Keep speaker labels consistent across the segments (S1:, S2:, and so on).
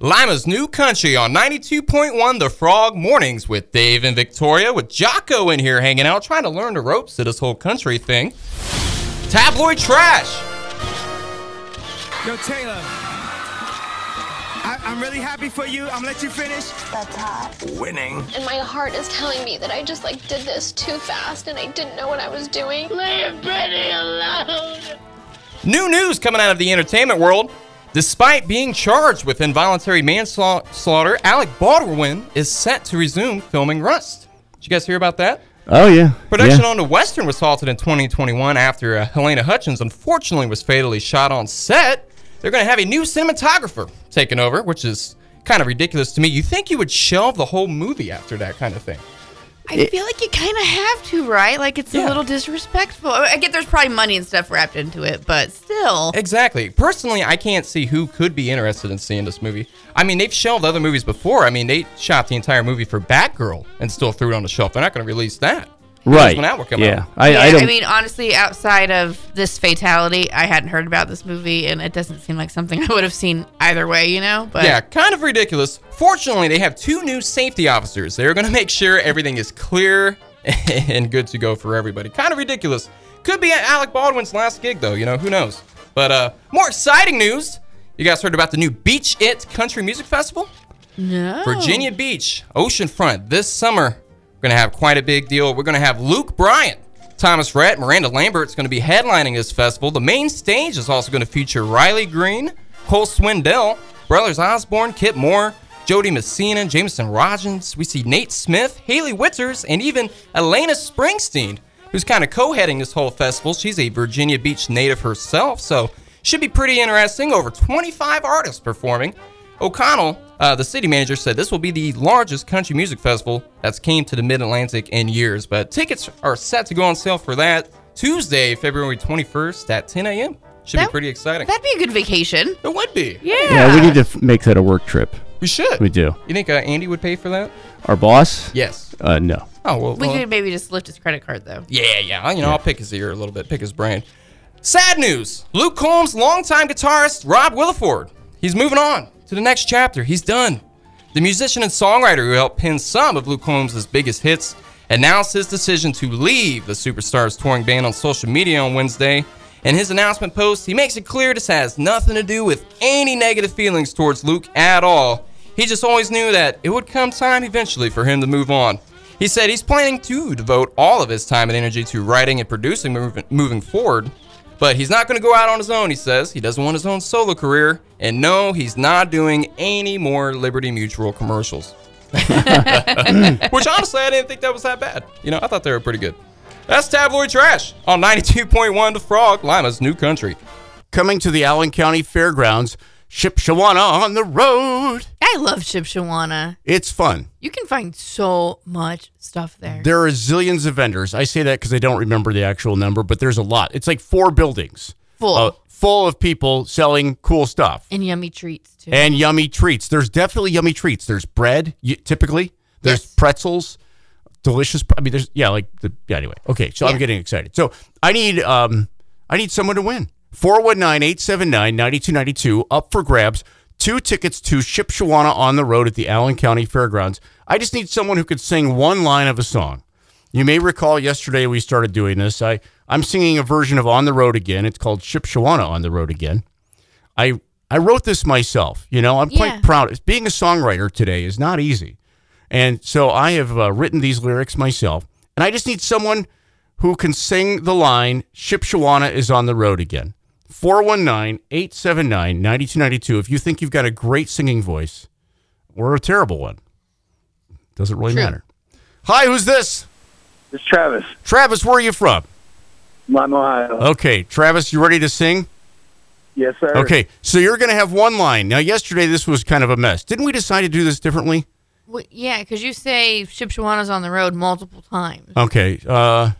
S1: Lima's new country on 92.1 The Frog Mornings with Dave and Victoria, with Jocko in here hanging out, trying to learn the ropes to this whole country thing. Tabloid trash.
S2: Yo, Taylor. I, I'm really happy for you. I'm gonna let you finish.
S3: That's hot.
S4: Winning.
S5: And my heart is telling me that I just like did this too fast and I didn't know what I was doing.
S6: Leave Benny alone.
S1: New news coming out of the entertainment world. Despite being charged with involuntary manslaughter, Alec Baldwin is set to resume filming Rust. Did you guys hear about that?
S7: Oh yeah.
S1: Production
S7: yeah.
S1: on the Western was halted in 2021 after uh, Helena Hutchins unfortunately was fatally shot on set. They're going to have a new cinematographer taking over, which is kind of ridiculous to me. You think you would shelve the whole movie after that kind of thing?
S3: I feel like you kind of have to, right? Like it's
S1: Yeah.
S3: a little disrespectful. I get there's probably money and stuff wrapped into it, but still.
S1: Exactly. Personally, I can't see who could be interested in seeing this movie. I mean, they've shelved other movies before. I mean, they shot the entire movie for Batgirl and still threw it on the shelf. They're not going to release that. Who knows
S7: Right.
S1: When that will come
S7: yeah.
S1: out.
S7: I,
S3: Yeah,
S7: I don't.
S3: mean, honestly, outside of this fatality, I hadn't heard about this movie, and it doesn't seem like something I would have seen either way, you know? But
S1: yeah, kind of ridiculous. Fortunately, they have two new safety officers. They're going to make sure everything is clear and good to go for everybody. Kind of ridiculous. Could be Alec Baldwin's last gig, though. You know, who knows? But uh, more exciting news. You guys heard about the new Beach It Country Music Festival?
S3: No.
S1: Virginia Beach, Oceanfront, this summer. We're going to have quite a big deal. We're going to have Luke Bryant, Thomas Rhett, Miranda Lambert's going to be headlining this festival. The main stage is also going to feature Riley Green, Cole Swindell, Brothers Osborne, Kit Moore, Jody Messina, Jameson Rogers. We see Nate Smith, Haley Witters, and even Elena Springsteen, who's kind of co heading this whole festival. She's a Virginia Beach native herself, so should be pretty interesting. Over 25 artists performing. O'Connell, uh, the city manager, said this will be the largest country music festival that's came to the Mid Atlantic in years. But tickets are set to go on sale for that Tuesday, February 21st at 10 a.m. Should
S3: That-
S1: be pretty exciting.
S3: That'd be a good vacation.
S1: it would be.
S7: yeah. We need to f- make that a work trip.
S1: We should.
S7: We do.
S1: You think uh, Andy would pay for that?
S7: Our boss.
S1: Yes.
S7: Uh, no.
S1: Oh well.
S3: We
S1: well-
S3: could maybe just lift his credit card, though.
S1: Yeah, yeah. You know, I'll pick his ear a little bit, pick his brain. Sad news. Luke Combs' longtime guitarist, Rob Williford. He's moving on to the next chapter. He's done. The musician and songwriter who helped pen some of Luke Combs' biggest hits announced his decision to leave the superstar's touring band on social media on Wednesday. In his announcement post, he makes it clear this has nothing to do with any negative feelings towards Luke at all. He just always knew that it would come time eventually for him to move on. He said he's planning to devote all of his time and energy to writing and producing mov- moving forward, but he's not going to go out on his own, he says. He doesn't want his own solo career, and no, he's not doing any more Liberty Mutual commercials. Which honestly, I didn't think that was that bad. You know, I thought they were pretty good. That's tabloid trash on 92.1 The Frog, Lima's new country.
S8: Coming to the Allen County Fairgrounds, Shipshawana on the road.
S3: I love Shipshawana.
S8: It's fun.
S3: You can find so much stuff there.
S8: There are zillions of vendors. I say that because I don't remember the actual number, but there's a lot. It's like four buildings
S3: Full.
S8: uh, full of people selling cool stuff
S3: and yummy treats, too.
S8: and yummy treats. There's definitely yummy treats. There's bread, y- typically. There's
S3: Yes.
S8: pretzels, delicious. I mean, there's yeah, like the yeah. Anyway, okay. So I'm
S3: Yeah.
S8: getting excited. So I need um I need someone to win. 419-879-9292 up for grabs. Two tickets to Shipshawana on the road at the Allen County Fairgrounds. I just need someone who could sing one line of a song. You may recall yesterday we started doing this. I I'm singing a version of On the Road Again. It's called Shipshawana on the Road Again. I I wrote this myself. You know, I'm
S3: Yeah.
S8: quite proud. Being a songwriter today is not easy, and so I have uh, written these lyrics myself. And I just need someone who can sing the line "Shipshawana is on the road again." 419-879-9292. If you think you've got a great singing voice or a terrible one, doesn't really
S3: True.
S8: matter. Hi, who's this?
S9: It's Travis.
S8: Travis, where are you from?
S9: Lime, Ohio.
S8: Okay, Travis, you ready to sing?
S9: Yes, sir.
S8: Okay, so you're going to have one line. Now, yesterday this was kind of a mess. Didn't we decide to do this differently?
S3: Well, yeah, because you say Shipshawana's on the road multiple times.
S8: Okay. Uh,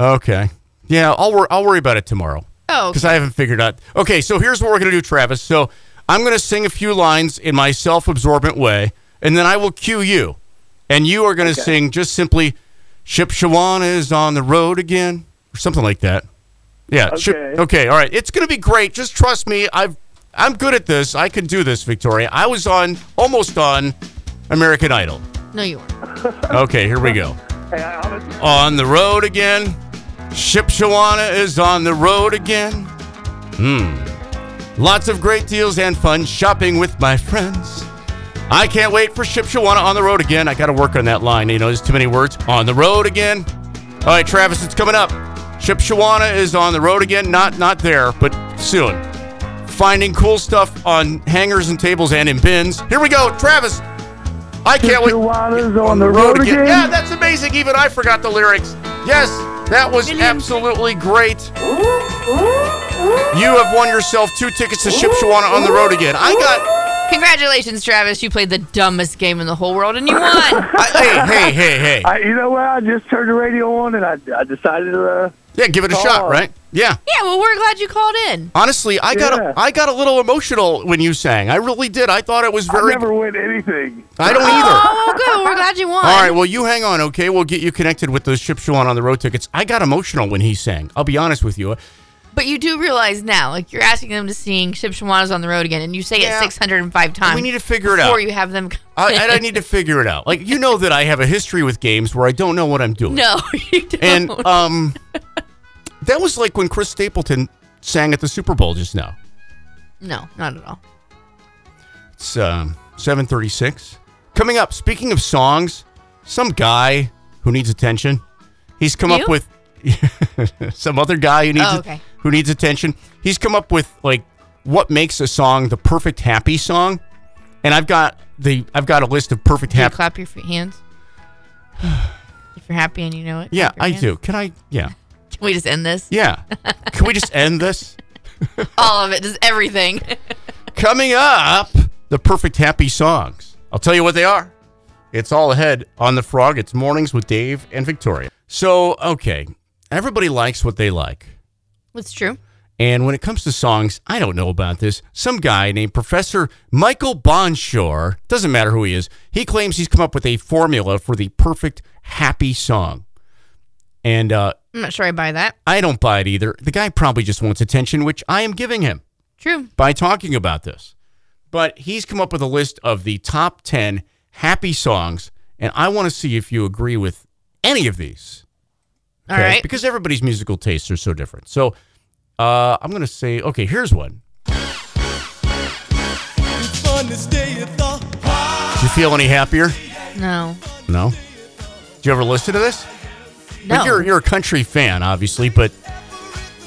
S8: okay. Yeah, I'll wor- I'll worry about it tomorrow
S3: Oh,
S8: because I haven't figured out. Okay, so here's what we're going to do, Travis. So I'm going to sing a few lines in my self-absorbent way, and then I will cue you, and you are going to sing just simply, "Ship Shawana is on the road again" or something like that. Yeah. ship-
S9: Okay.
S8: okay. All right. It's going to be great. Just trust me. I've I'm good at this. I could do this, Victoria. I was on almost on American Idol.
S3: No, you weren't.
S8: Okay, here we go.
S9: Hey, I honestly,
S8: On the road again. Shipshawana is on the road again. Hmm. Lots of great deals and fun shopping with my friends. I can't wait for Shipshawana on the road again. I got to work on that line. You know, there's too many words. On the road again. All right, Travis, it's coming up. Shipshawana is on the road again. Not not there, but soon. Finding cool stuff on hangers and tables and in bins. Here we go, Travis. I can't wait.
S9: Tijuana's on the road again.
S8: Yeah, that's amazing. Even I forgot the lyrics. Yes, that was absolutely great. You have won yourself two tickets to Shipshawana on the road again. I got.
S3: Congratulations, Travis. You played the dumbest game in the whole world and you won.
S8: I, hey, hey, hey, hey.
S9: I, you know what? I just turned the radio on and I, I decided to. Uh,
S8: Yeah, give it a shot, right? Yeah.
S3: yeah, well, we're glad you called in.
S8: Honestly, I got
S9: Yeah.
S8: a, I got a little emotional when you sang. I really did. I thought it was
S9: I
S8: very.
S9: never win anything.
S8: I don't either.
S3: Oh, good. We're glad you won.
S8: All right, well, you hang on, okay? We'll get you connected with those Shipshawana on the road tickets. I got emotional when he sang. I'll be honest with you.
S3: But you do realize now, like you're asking them to sing Ship Shawana's on the road again, and you say
S8: Yeah.
S3: it 605 times.
S8: We need to figure it out.
S3: before you have them.
S8: I, I- I need to figure it out. Like you know that I have a history with games where I don't know what I'm doing.
S3: no, you don't.
S8: And um, that was like when Chris Stapleton sang at the Super Bowl just now.
S3: no, not at all.
S8: It's um, 7:36. Coming up. Speaking of songs, some guy who needs attention. He's come
S3: You?
S8: up with some other guy who needs
S3: Oh, okay.
S8: who needs attention. He's come up with like what makes a song the perfect happy song. And I've got the I've got a list of perfect
S3: Do you
S8: happy.
S3: clap your f- hands if you're happy and you know it.
S8: Yeah,
S3: clap your
S8: I
S3: hands.
S8: do. Can I? Yeah.
S3: Can we just end this?
S8: Yeah. Can we just end this?
S3: All of it, just everything.
S8: Coming up, the perfect happy songs. I'll tell you what they are. It's all ahead on The Frog. It's mornings with Dave and Victoria. So, okay, everybody likes what they like.
S3: That's true.
S8: And when it comes to songs, I don't know about this. Some guy named Professor Michael Bonshore, doesn't matter who he is, he claims he's come up with a formula for the perfect happy song. And uh,
S3: I'm not sure I buy that.
S8: I don't buy it either. The guy probably just wants attention, which I am giving him
S3: True.
S8: by talking about this. But he's come up with a list of the top 10 happy songs, and I want to see if you agree with any of these.
S3: All right.
S8: Because everybody's musical tastes are so different. So uh, I'm going to say, okay, here's one. Do you feel any happier?
S3: No.
S8: No. Did you ever listen to this?
S3: No.
S8: Like, you're, you're a country fan, obviously, but.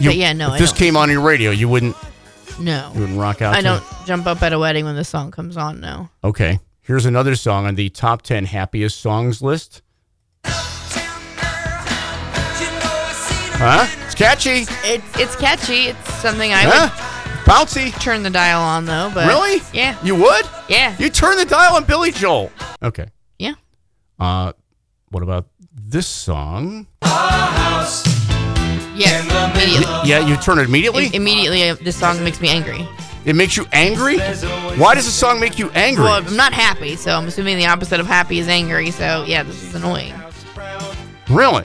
S8: You,
S3: But yeah, no,
S8: If
S3: I
S8: this
S3: don't.
S8: came on your radio, you wouldn't you
S3: no.
S8: wouldn't rock out. to
S3: I
S8: it?
S3: don't jump up at a wedding when the song comes on. No.
S8: Okay. Here's another song on the top 10 happiest songs list. Huh? It's catchy.
S3: It's it's catchy. It's something I
S8: Huh? Bouncy.
S3: would turn the dial on though. But
S8: Really?
S3: Yeah.
S8: You would?
S3: Yeah.
S8: You turn the dial on Billy Joel. Okay.
S3: yeah.
S8: Uh, what about this song?
S3: Yeah. Immediately.
S8: Yeah, you turn it immediately?
S3: Im- immediately, uh, this song makes me angry.
S8: It makes you angry? Why does the song make you angry?
S3: Well, I'm not happy, so I'm assuming the opposite of happy is angry. So yeah, this is annoying.
S8: Really?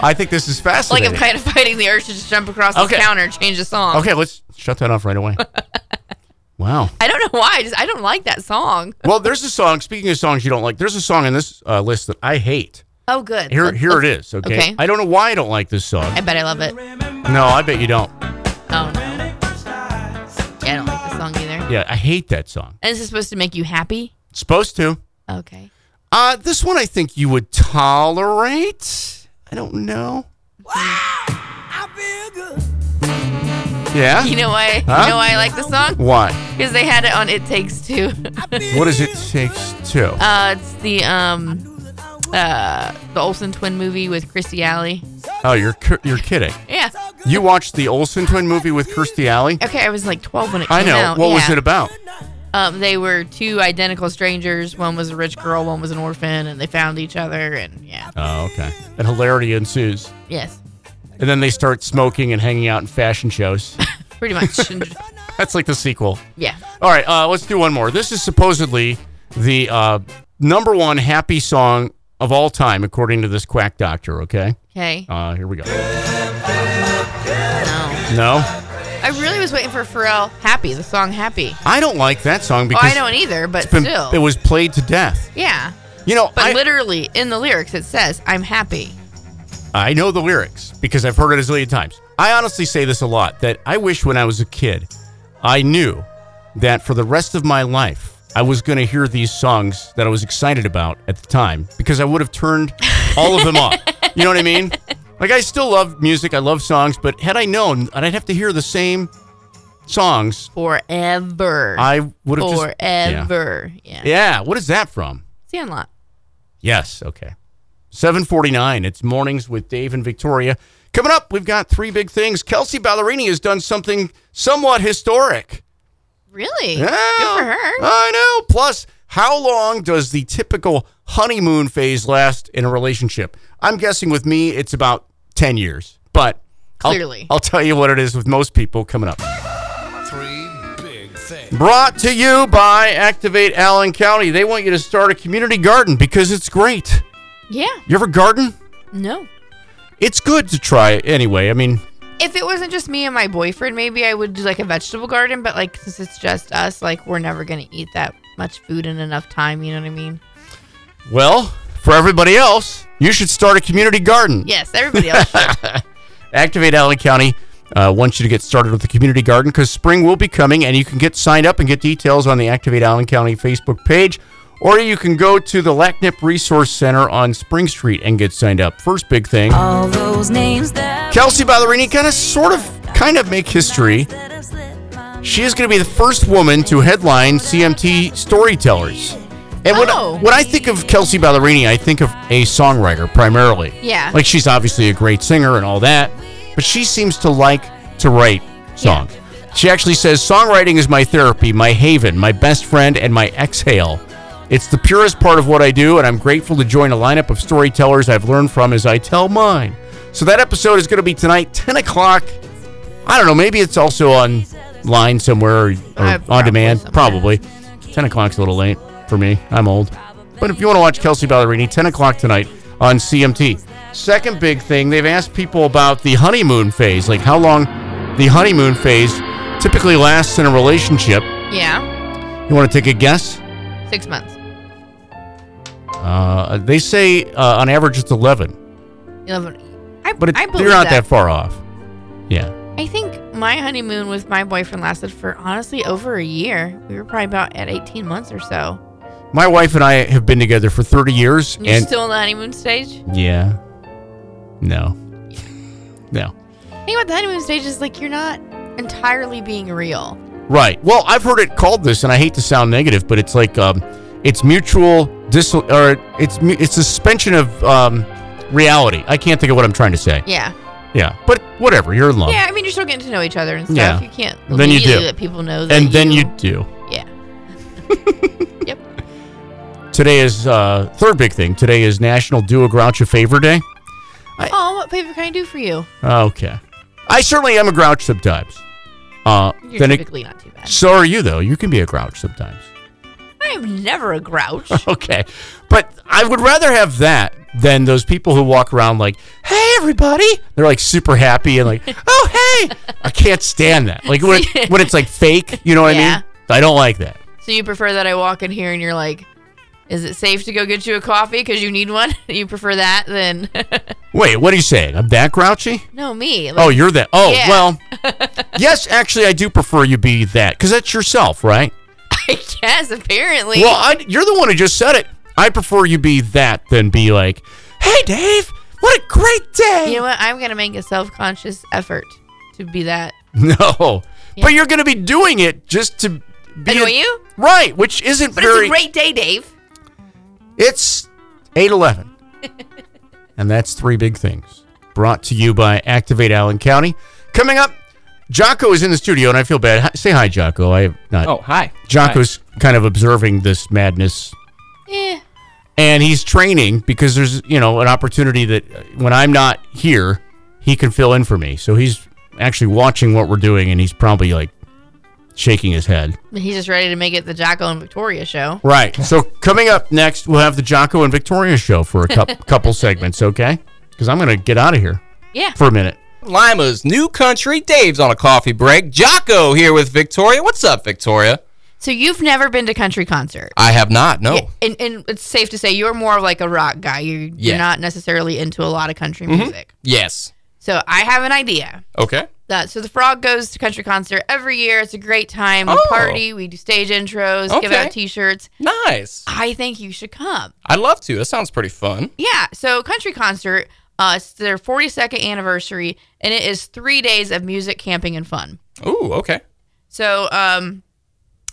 S8: I think this is
S3: Like
S8: fascinating.
S3: I'm kind of fighting the urge to just jump across
S8: Okay.
S3: the counter, and change the song.
S8: okay, let's shut that off right away. wow.
S3: I don't know why. I just I don't like that song.
S8: Well, there's a song. Speaking of songs you don't like, there's a song in this uh, list that I hate.
S3: Oh, good.
S8: Here,
S3: Let's-
S8: here it
S3: let's-
S8: is. Uh, Okay?
S3: okay.
S8: I don't know why I don't like this song.
S3: I bet I love it.
S8: No, I bet you don't.
S3: Oh no. Yeah, I don't like this song either.
S8: Yeah, I hate that song.
S3: And this is supposed to make you happy.
S8: It's supposed to.
S3: Okay.
S8: Uh, this one I think you would tolerate. I don't know. Yeah.
S3: You know why?
S8: Huh?
S3: You know why I like this song?
S8: why?
S3: Because they had it on "It Takes Two.
S8: What does it takes to?
S3: uh, it's the um, uh, the Olsen twin movie with Chrissy Alley.
S8: oh, you're cur- you're kidding.
S3: Yeah.
S8: You watched the Olsen twin movie with Kirstie Alley?
S3: Okay, I was like 12 when it came
S8: I know.
S3: out.
S8: what was
S3: yeah.
S8: it about?
S3: Um, they were two identical strangers. One was a rich girl, one was an orphan, and they found each other. And yeah,
S8: Oh, okay. And hilarity ensues.
S3: yes,
S8: And then they start smoking and hanging out in fashion shows.
S3: pretty much. And-
S8: That's like the sequel.
S3: yeah,
S8: All right, uh, let's do one more. This is supposedly the uh, number one happy song of all time, according to this quack doctor. Okay,
S3: okay.
S8: uh, here we go.
S3: No,
S8: No,
S3: I I really was waiting for Pharrell Happy, the song Happy.
S8: I don't like that song
S3: Oh,
S8: because
S3: I don't either, but
S8: it's been-
S3: still.
S8: it was played to death.
S3: yeah.
S8: You know,
S3: But
S8: I,
S3: literally in the lyrics it says, I'm happy.
S8: I know the lyrics because I've heard it a zillion times. I honestly say this a lot that I wish when I was a kid, I knew that for the rest of my life, I was going to hear these songs that I was excited about at the time because I would have turned all of them off. You know what I mean? Like, I still love music, I love songs, but had I known I'd have to hear the same songs,
S3: Forever.
S8: I would have just.
S3: Forever. Yeah.
S8: Yeah. yeah. What is that from?
S3: Sandlot.
S8: Yes. Okay. 749. It's mornings with Dave and Victoria. Coming up, we've got three big things. Kelsey Ballerini has done something somewhat historic.
S3: Really?
S8: Yeah. Uh.
S3: Good for her.
S8: I know. Plus, how long does the typical honeymoon phase last in a relationship? I'm guessing with me, it's about 10 years, but I'll-
S3: Clearly.
S8: I'll tell you what it is with most people coming up. Brought to you by Activate Allen County. They want you to start a community garden because it's great.
S3: yeah.
S8: You ever garden?
S3: No.
S8: It's good to try it anyway. I mean,
S3: If it wasn't just me and my boyfriend, maybe I would do like a vegetable garden, but like since it's just us, like we're never gonna eat that much food in enough time, you know what I mean?
S8: well, for everybody else, you should start a community garden.
S3: Yes, everybody else should.
S8: Activate Allen County uh, wants you to get started with the community garden because spring will be coming, and you can get signed up and get details on the Activate Allen County Facebook page, or you can go to the LACNIP Resource Center on Spring Street and get signed up. First big thing.
S4: All those names that
S8: Kelsey Ballerini kind of, sort of, kind of make history. She is going to be the first woman to headline CMT Storytellers. And when,
S3: Oh.
S8: when I think of Kelsey Ballerini, I think of a songwriter primarily.
S3: Yeah.
S8: Like she's obviously a great singer and all that, but she seems to like to write songs. She actually says songwriting is my therapy, my haven, my best friend, and my exhale. It's the purest part of what I do, and I'm grateful to join a lineup of storytellers I've learned from as I tell mine. So that episode is going to be tonight, 10 o'clock. I don't know. Maybe it's also online somewhere or, or
S3: Uh,
S8: on demand.
S3: probably
S8: Probably. 10 o'clock's a little late for me. I'm old. But if you want to watch Kelsey Ballerini, 10 o'clock tonight on CMT. Second big thing, they've asked people about the honeymoon phase, like how long the honeymoon phase typically lasts in a relationship.
S3: yeah.
S8: You want to take a guess?
S3: Six months.
S8: Uh, they say uh, on average it's 11,
S3: Eleven. I,
S8: but it,
S3: I believe
S8: you're not
S3: that.
S8: that far off. Yeah.
S3: I think my honeymoon with my boyfriend lasted for honestly over a year. We were probably about at 18 months or so.
S8: My wife and I have been together for 30 years,
S3: And you're
S8: and
S3: still in the honeymoon stage?
S8: Yeah. No. No.
S3: The thing about the honeymoon stage is like you're not entirely being real.
S8: Right. Well, I've heard it called this, and I hate to sound negative, but it's like um, it's mutual dis or it's mu- it's suspension of um, reality. I can't think of what I'm trying to say.
S3: Yeah.
S8: Yeah. But whatever. You're in love.
S3: Yeah, I mean, you're still getting to know each other and stuff.
S8: Yeah.
S3: You can't
S8: Then you
S3: immediately
S8: do.
S3: let people know that
S8: and then you do.
S3: Yeah. Yep.
S8: Today is uh, third big thing. Today is National Do a Grouch a Favor Day.
S3: Oh, what favor can I do for you?
S8: Oh, Okay. I certainly am a grouch sometimes. Uh,
S3: You're
S8: then it,
S3: typically not too bad.
S8: so are you though. You can be a grouch sometimes.
S3: I am never a grouch.
S8: okay. But I would rather have that than those people who walk around like, hey, everybody. They're like super happy and like, oh, hey. I can't stand that. Like when, it, when it's like fake, you know what I
S3: Yeah.
S8: mean? I don't like that.
S3: so you prefer that I walk in here and you're like, is it safe to go get you a coffee because you need one? you prefer that than
S8: Wait, what are you saying? I'm that grouchy?
S3: no me? Like,
S8: Oh, you're that. Oh,
S3: Yeah.
S8: well. yes, actually, I do prefer you be that because that's yourself, right?
S3: I guess apparently.
S8: Well, I, you're the one who just said it. I prefer you be that than be like, hey, Dave, what a great day.
S3: you know what? I'm gonna make a self-conscious effort to be that.
S8: No. But you're going to be doing it just to be
S3: Annoy you?
S8: Right, which isn't
S3: But
S8: very
S3: it's a great day, Dave.
S8: It's 811. and that's three big things brought to you by Activate Allen County. Coming up, Jocko is in the studio and I feel bad. Hi, say hi Jocko. I have not
S1: Oh, hi.
S8: Jocko's kind of observing this madness
S3: Eh.
S8: and he's training because there's, you know, an opportunity that uh, when I'm not here, he can fill in for me. So he's actually watching what we're doing and he's probably like shaking his head.
S3: He's just ready to make it the Jocko and Victoria show.
S8: Right. So coming up next, we'll have the Jocko and Victoria show for a cou- couple segments, okay? Because I'm going to get out of here
S3: Yeah.
S8: for a minute.
S1: Lima's New Country. Dave's on a coffee break. Jocko here with Victoria. What's up, Victoria?
S3: So you've never been to country concert.
S1: I have not. No.
S3: Yeah, and, and it's safe to say you're more of like a rock guy. You're,
S1: Yeah. Mm-hmm.
S3: you're not necessarily into a lot of country music.
S1: Yes.
S3: So I have an idea.
S1: Okay.
S3: That, so the frog goes to country concert every year. It's a great time. We
S1: Oh.
S3: party. We do stage intros. Give
S1: Okay.
S3: out T-shirts.
S1: Nice.
S3: I think you should come.
S1: I'd love to. That sounds pretty fun.
S3: Yeah. So country concert. Uh, it's their 42nd anniversary, and it is three days of music, camping, and fun.
S1: Ooh, okay.
S3: So, um,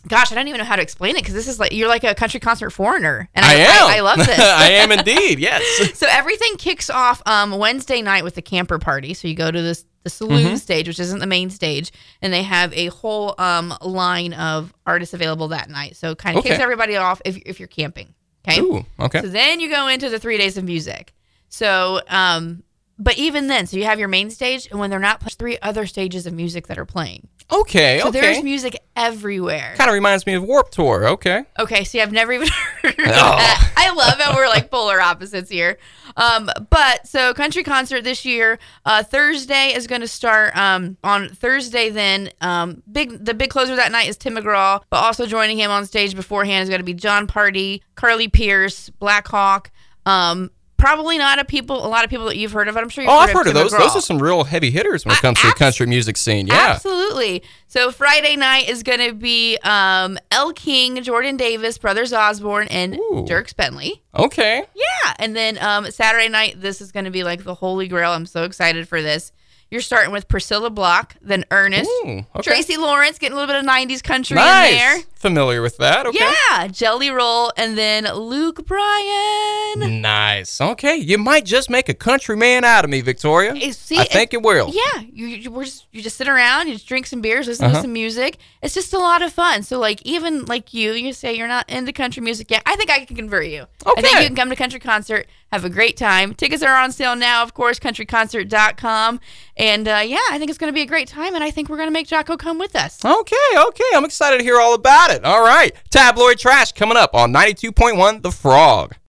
S3: gosh, I don't even know how to explain it because this is like you're like a country concert foreigner, and
S1: I,
S3: I,
S1: am.
S3: I, I love this.
S1: I am indeed. Yes.
S3: so everything kicks off um, Wednesday night with the camper party. So you go to this the saloon
S1: Mm-hmm.
S3: stage, which isn't the main stage, and they have a whole um, line of artists available that night. So kind of
S1: Okay.
S3: kicks everybody off if, if you're camping. Okay.
S1: Ooh,
S3: So
S1: okay.
S3: then you go into the three days of music. So, um, but even then, so you have your main stage, and when they're not playing, three other stages of music that are playing.
S1: Okay.
S3: So
S1: okay.
S3: there's music everywhere.
S1: Kind of reminds me of Warp Tour. Okay.
S3: Okay, see, I've never even heard
S1: Oh.
S3: of that. I love how we're like polar opposites here. Um, but so country concert this year, uh, Thursday is going to start um, on Thursday. Then um, big the big closer that night is Tim McGraw, but also joining him on stage beforehand is going to be John Party, Carly Pierce, Black Hawk. Um, probably not a people a lot of people that you've heard of. but I'm sure you've
S1: Oh,
S3: heard
S1: I've heard of
S3: Tim
S1: those.
S3: McGraw.
S1: Those are some real heavy hitters when it comes to the
S3: abs-
S1: country music scene. Yeah.
S3: Absolutely. So Friday night is going to be um, L. King, Jordan Davis, Brothers Osborne, and
S1: Ooh.
S3: Dirk Bentley.
S1: Okay.
S3: Yeah. And then um, Saturday night, this is going to be like the holy grail. I'm so excited for this. You're starting with Priscilla Block, then Ernest,
S1: Ooh, okay.
S3: Tracy Lawrence, getting a little bit of 90s country in there.
S1: Nice. Familiar with that. Okay.
S3: Yeah. Jelly Roll, and then Luke Bryan.
S1: Nice. Okay. You might just make a country man out of me, Victoria.
S3: Eh, see,
S1: I
S3: it-
S1: think it will.
S3: Yeah, you you, we're just, you just sit around, you just drink some beers, listen
S1: Uh-huh.
S3: to some music. It's just a lot of fun. So like even like you, you say you're not into country music yet. I think I can convert you. I think
S1: Okay.
S3: you can come to country concert, have a great time. Tickets are on sale now, of course, countryconcert.com. And uh, yeah, I think it's going to be a great time, and I think we're going to make Jocko come with us.
S1: Okay. Okay. I'm excited to hear all about it. All right. Tabloid trash coming up on 92.1 The Frog.